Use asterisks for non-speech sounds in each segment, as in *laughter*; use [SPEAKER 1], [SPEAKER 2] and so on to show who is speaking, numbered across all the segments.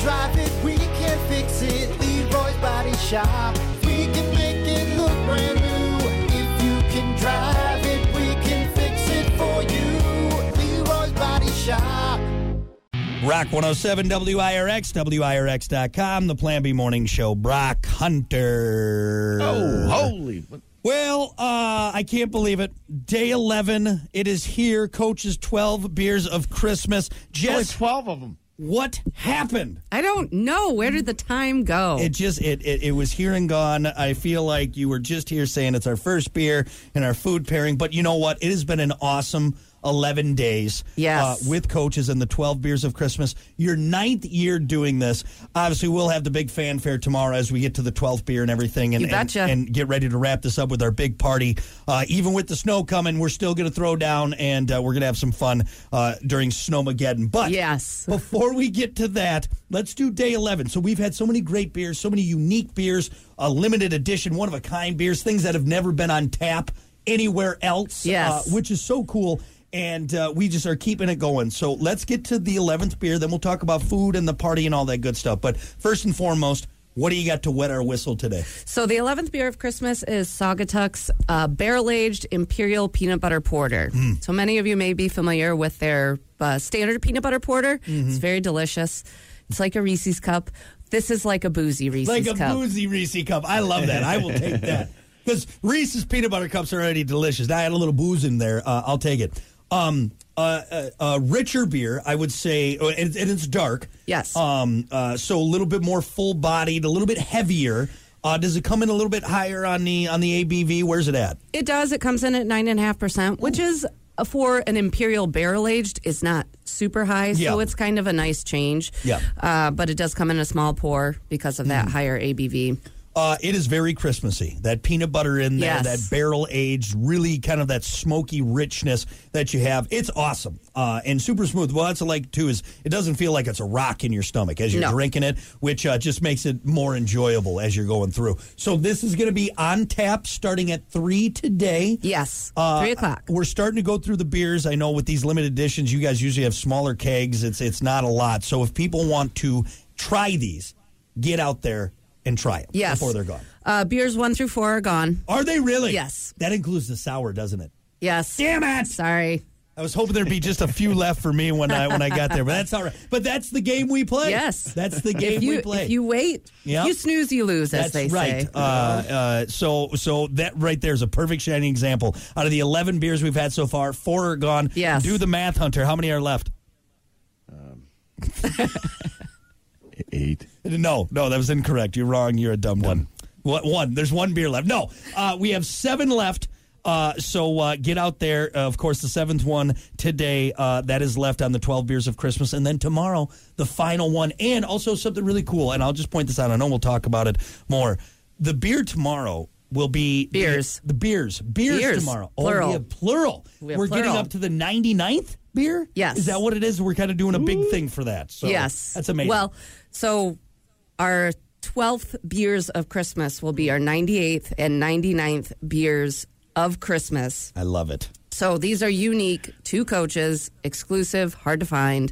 [SPEAKER 1] drive it, we can fix it. Leroy's Body Shop. We can make it look brand new. If you can drive it, we can fix it for you. Leroy's Body Shop.
[SPEAKER 2] Rock 107 WIRX, WIRX.com, the Plan B Morning Show. Brock Hunter.
[SPEAKER 3] Oh, holy.
[SPEAKER 2] Well, uh, I can't believe it. Day 11, it is here. Coach's 12 beers of Christmas.
[SPEAKER 3] Only
[SPEAKER 2] Jess,
[SPEAKER 3] 12 of them.
[SPEAKER 2] what happened?
[SPEAKER 4] I don't know. Where did the time go?
[SPEAKER 2] It just it, it it was here and gone. I feel like you were just here saying it's our first beer and our food pairing, but you know what? It has been an awesome 11 days uh,
[SPEAKER 4] Yes.
[SPEAKER 2] with coaches and the 12 beers of Christmas. Your ninth year doing this. Obviously, we'll have the big fanfare tomorrow as we get to the 12th beer and everything and,
[SPEAKER 4] You betcha.
[SPEAKER 2] and, and get ready to wrap this up with our big party. Uh, even with the snow coming, we're still going to throw down and uh, we're going to have some fun uh, during Snowmageddon. But
[SPEAKER 4] Yes.
[SPEAKER 2] before we get to that, let's do day 11. So we've had so many great beers, so many unique beers, a limited edition, one of a kind beers, things that have never been on tap anywhere else,
[SPEAKER 4] Yes.
[SPEAKER 2] uh, which is so cool. And uh, we just are keeping it going. So let's get to the 11th beer, then we'll talk about food and the party and all that good stuff. But first and foremost, what do you got to wet our whistle today?
[SPEAKER 4] so the 11th beer of Christmas is Saugatuck's uh, barrel-aged imperial peanut butter porter.
[SPEAKER 2] Hmm.
[SPEAKER 4] So many of you may be familiar with their uh, standard peanut butter porter.
[SPEAKER 2] Mm-hmm.
[SPEAKER 4] It's very delicious. It's like a Reese's cup. This is like a boozy Reese's
[SPEAKER 2] Like a
[SPEAKER 4] cup.
[SPEAKER 2] boozy Reese cup. I love that. I will take
[SPEAKER 4] *laughs*
[SPEAKER 2] that. Because Reese's peanut butter cups are already delicious. I had a little booze in there. Uh, I'll take it. Um, uh, uh, uh, richer beer, I would say, uh, and, and it's dark.
[SPEAKER 4] Yes.
[SPEAKER 2] Um, uh, so a little bit more full bodied, a little bit heavier. Uh, does it come in a little bit higher on the on the ABV? Where's it at?
[SPEAKER 4] It does. It comes in at nine and a half percent, which is uh, for an imperial barrel aged is not super high, so
[SPEAKER 2] Yeah.
[SPEAKER 4] it's kind of a nice change.
[SPEAKER 2] Yeah. Mm-hmm.
[SPEAKER 4] Uh, but it does come in a small pour because of that higher ABV.
[SPEAKER 2] Uh, it is very Christmassy. That peanut butter in there,
[SPEAKER 4] Yes.
[SPEAKER 2] that barrel aged, really kind of that smoky richness that you have. It's awesome uh, and super smooth. Well, that's like too is it doesn't feel like it's a rock in your stomach as you're
[SPEAKER 4] No.
[SPEAKER 2] drinking it, which uh, just makes it more enjoyable as you're going through. So this is going to be on tap starting at three today.
[SPEAKER 4] Yes,
[SPEAKER 2] Uh,
[SPEAKER 4] three o'clock.
[SPEAKER 2] We're starting to go through the beers. I know with these limited editions, you guys usually have smaller kegs. It's it's not a lot. So if people want to try these, get out there and try them
[SPEAKER 4] Yes.
[SPEAKER 2] before they're gone.
[SPEAKER 4] Uh, beers one through four are gone.
[SPEAKER 2] Are they really?
[SPEAKER 4] Yes.
[SPEAKER 2] That includes the sour, doesn't it?
[SPEAKER 4] Yes.
[SPEAKER 2] Damn it!
[SPEAKER 4] Sorry.
[SPEAKER 2] I was hoping there'd be just a few left for me when I when I got there, but that's all right. But that's the game we play.
[SPEAKER 4] Yes.
[SPEAKER 2] that's the game
[SPEAKER 4] if you
[SPEAKER 2] we play.
[SPEAKER 4] if you wait,
[SPEAKER 2] Yeah.
[SPEAKER 4] if you snooze, you lose, as
[SPEAKER 2] that's
[SPEAKER 4] they
[SPEAKER 2] right.
[SPEAKER 4] say.
[SPEAKER 2] Uh, uh, so so that right there is a perfect shining example. Out of the eleven beers we've had so far, four are gone.
[SPEAKER 4] Yes.
[SPEAKER 2] Do the math, Hunter. How many are left?
[SPEAKER 3] Eight.
[SPEAKER 2] No, no, that was incorrect. You're wrong. You're a dumb one. What one? There's one beer left. No, uh, we have seven left. Uh, so uh, get out there. Uh, of course, the seventh one today uh, that is left on the twelve beers of Christmas, and then tomorrow the final one, and also something really cool. And I'll just point this out. I know we'll talk about it more. The beer tomorrow will be the-
[SPEAKER 4] Beers.
[SPEAKER 2] The, beers, beers,
[SPEAKER 4] Beers,
[SPEAKER 2] tomorrow. Oh,
[SPEAKER 4] plural.
[SPEAKER 2] we have plural.
[SPEAKER 4] We have
[SPEAKER 2] are getting
[SPEAKER 4] plural.
[SPEAKER 2] up to the 99th beer.
[SPEAKER 4] Yes.
[SPEAKER 2] is that what it is? We're kind of doing a big thing for that. So
[SPEAKER 4] yes.
[SPEAKER 2] that's amazing.
[SPEAKER 4] Well, so our 12th beers of Christmas will be our 98th and 99th beers of Christmas.
[SPEAKER 2] I love it.
[SPEAKER 4] So these are unique, two coaches, exclusive, hard to find.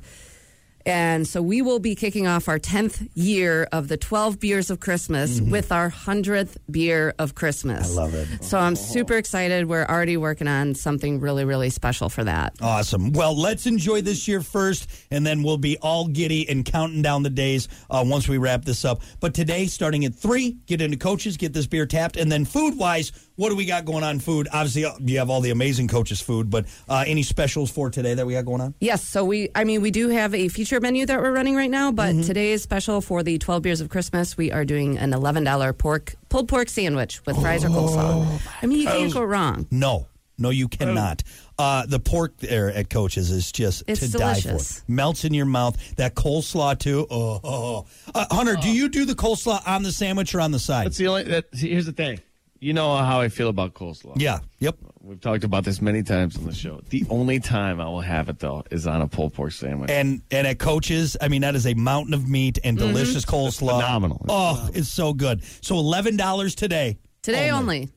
[SPEAKER 4] And so we will be kicking off our 10th year of the 12 beers of Christmas with our 100th beer of Christmas.
[SPEAKER 2] Mm-hmm. I love it.
[SPEAKER 4] So I'm super excited. We're already working on something really, really special for that.
[SPEAKER 2] Awesome. Well, let's enjoy this year first, and then we'll be all giddy and counting down the days uh, once we wrap this up. But today, starting at three, get into coaches, get this beer tapped, and then food wise, what do we got going on? Food. Obviously, uh, you have all the amazing coaches' food, but uh, any specials for today that we got going on?
[SPEAKER 4] Yes, so we I mean we do have a feature menu that we're running right now,
[SPEAKER 2] Mm-hmm.
[SPEAKER 4] but today's special for the 12 beers of Christmas, we are doing an $11 pork pulled pork sandwich with fries or
[SPEAKER 2] Oh,
[SPEAKER 4] coleslaw. I mean, you can't go wrong.
[SPEAKER 2] No, no,
[SPEAKER 4] Oh.
[SPEAKER 2] you cannot. Uh, the pork there at Coach's is just
[SPEAKER 4] It's
[SPEAKER 2] to die
[SPEAKER 4] delicious.
[SPEAKER 2] for. Melts in your mouth. That coleslaw too. Oh, oh, oh. Uh, Hunter, do you do the coleslaw on the sandwich or on the side?
[SPEAKER 3] That's the only. That, see, here's the thing. You know how I feel about coleslaw.
[SPEAKER 2] yeah. Yep.
[SPEAKER 3] We've talked about this many times on the show. The only time I will have it though is on a pulled pork sandwich.
[SPEAKER 2] and and at coaches i mean that is a mountain of meat and delicious coleslaw
[SPEAKER 3] phenomenal.
[SPEAKER 2] oh it's so good so $11 today
[SPEAKER 4] Today only.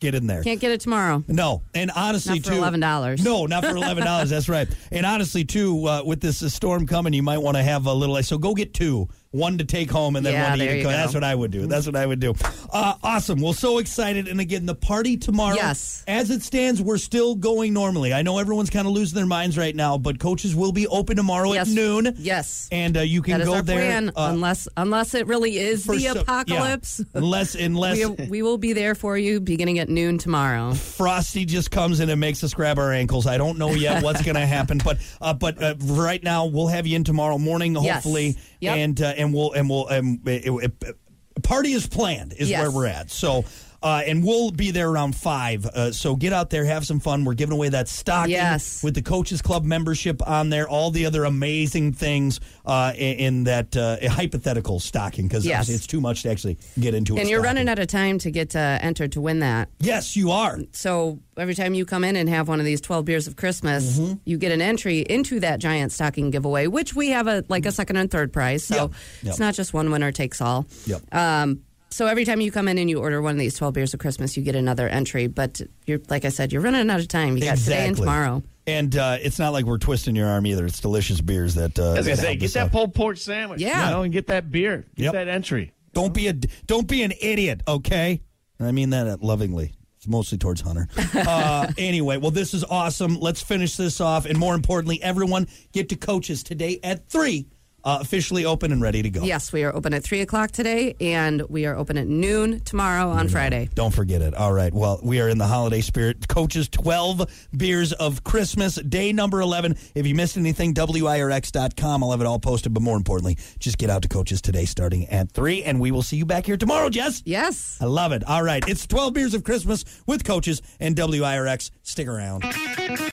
[SPEAKER 2] Get in there.
[SPEAKER 4] Can't get it tomorrow.
[SPEAKER 2] No, and honestly,
[SPEAKER 4] Not for
[SPEAKER 2] too,
[SPEAKER 4] $11.
[SPEAKER 2] No, not
[SPEAKER 4] *laughs*
[SPEAKER 2] for eleven dollars. that's right. And honestly, too, uh, with this uh, storm coming, you might want to have a little. So go get two, one to take home, and then
[SPEAKER 4] Yeah,
[SPEAKER 2] one to
[SPEAKER 4] there
[SPEAKER 2] eat. at
[SPEAKER 4] you
[SPEAKER 2] co-
[SPEAKER 4] go.
[SPEAKER 2] That's what I would do. That's what I would do. Uh, awesome. Well, so excited, and again, the party tomorrow.
[SPEAKER 4] Yes.
[SPEAKER 2] As it stands, we're still going normally. I know everyone's kind of losing their minds right now, but coaches will be open tomorrow
[SPEAKER 4] Yes.
[SPEAKER 2] at noon.
[SPEAKER 4] Yes.
[SPEAKER 2] And uh, you can
[SPEAKER 4] That is
[SPEAKER 2] go
[SPEAKER 4] our
[SPEAKER 2] there.
[SPEAKER 4] plan,
[SPEAKER 2] uh,
[SPEAKER 4] unless unless it really is
[SPEAKER 2] for
[SPEAKER 4] the
[SPEAKER 2] so- yeah.
[SPEAKER 4] apocalypse. *laughs*
[SPEAKER 2] Unless, unless
[SPEAKER 4] We, we will be there for you beginning at noon tomorrow.
[SPEAKER 2] Frosty just comes in and makes us grab our ankles. I don't know yet what's going
[SPEAKER 4] *laughs*
[SPEAKER 2] to happen, but uh, but uh, right now we'll have you in tomorrow morning,
[SPEAKER 4] Yes.
[SPEAKER 2] hopefully,
[SPEAKER 4] Yep.
[SPEAKER 2] and uh, and we'll and we'll um, it, it, it- party is planned is
[SPEAKER 4] Yes.
[SPEAKER 2] where we're at. So. Uh, and we'll be there around five. Uh, so get out there, have some fun. We're giving away that stocking
[SPEAKER 4] Yes.
[SPEAKER 2] with the coaches club membership on there. All the other amazing things uh, in, in that uh, hypothetical stocking because
[SPEAKER 4] Yes.
[SPEAKER 2] it's too much to actually get into. a
[SPEAKER 4] And you're
[SPEAKER 2] stocking.
[SPEAKER 4] running out of time to get uh, entered to win that.
[SPEAKER 2] Yes, you are.
[SPEAKER 4] So every time you come in and have one of these 12 beers of Christmas,
[SPEAKER 2] Mm-hmm.
[SPEAKER 4] you get an entry into that giant stocking giveaway, which we have a like a second and third prize. So
[SPEAKER 2] Yep. Yep.
[SPEAKER 4] it's not just one winner takes all.
[SPEAKER 2] Yep.
[SPEAKER 4] Um, so every time you come in and you order one of these 12 beers of Christmas, you get another entry. But you're like I said, you're running out of time. You got today and tomorrow.
[SPEAKER 2] And uh, it's not like we're twisting your arm either. It's delicious beers that. Uh,
[SPEAKER 3] I was
[SPEAKER 2] that
[SPEAKER 3] gonna say,
[SPEAKER 2] help
[SPEAKER 3] get
[SPEAKER 2] us
[SPEAKER 3] that
[SPEAKER 2] out.
[SPEAKER 3] pulled pork sandwich.
[SPEAKER 4] Yeah.
[SPEAKER 3] You know, and get that beer. Get
[SPEAKER 2] Yep.
[SPEAKER 3] that entry.
[SPEAKER 2] Don't be a don't be an idiot, okay? And I mean that uh, lovingly. It's mostly towards
[SPEAKER 4] *laughs*
[SPEAKER 2] Hunter. Uh, anyway, well, this is awesome. Let's finish this off, and more importantly, everyone get to coaches today at three. Uh, officially open and ready to go.
[SPEAKER 4] Yes, we are open at 3 o'clock today, and we are open at noon tomorrow on Friday.
[SPEAKER 2] Don't forget it. All right. Well, we are in the holiday spirit. Coaches 12 beers of Christmas, day number 11. If you missed anything, WIRX.com. I'll have it all posted. But more importantly, just get out to coaches today starting at 3. And we will see you back here tomorrow, Jess.
[SPEAKER 4] Yes.
[SPEAKER 2] I love it. All right. It's 12 beers of Christmas with coaches and WIRX. Stick around.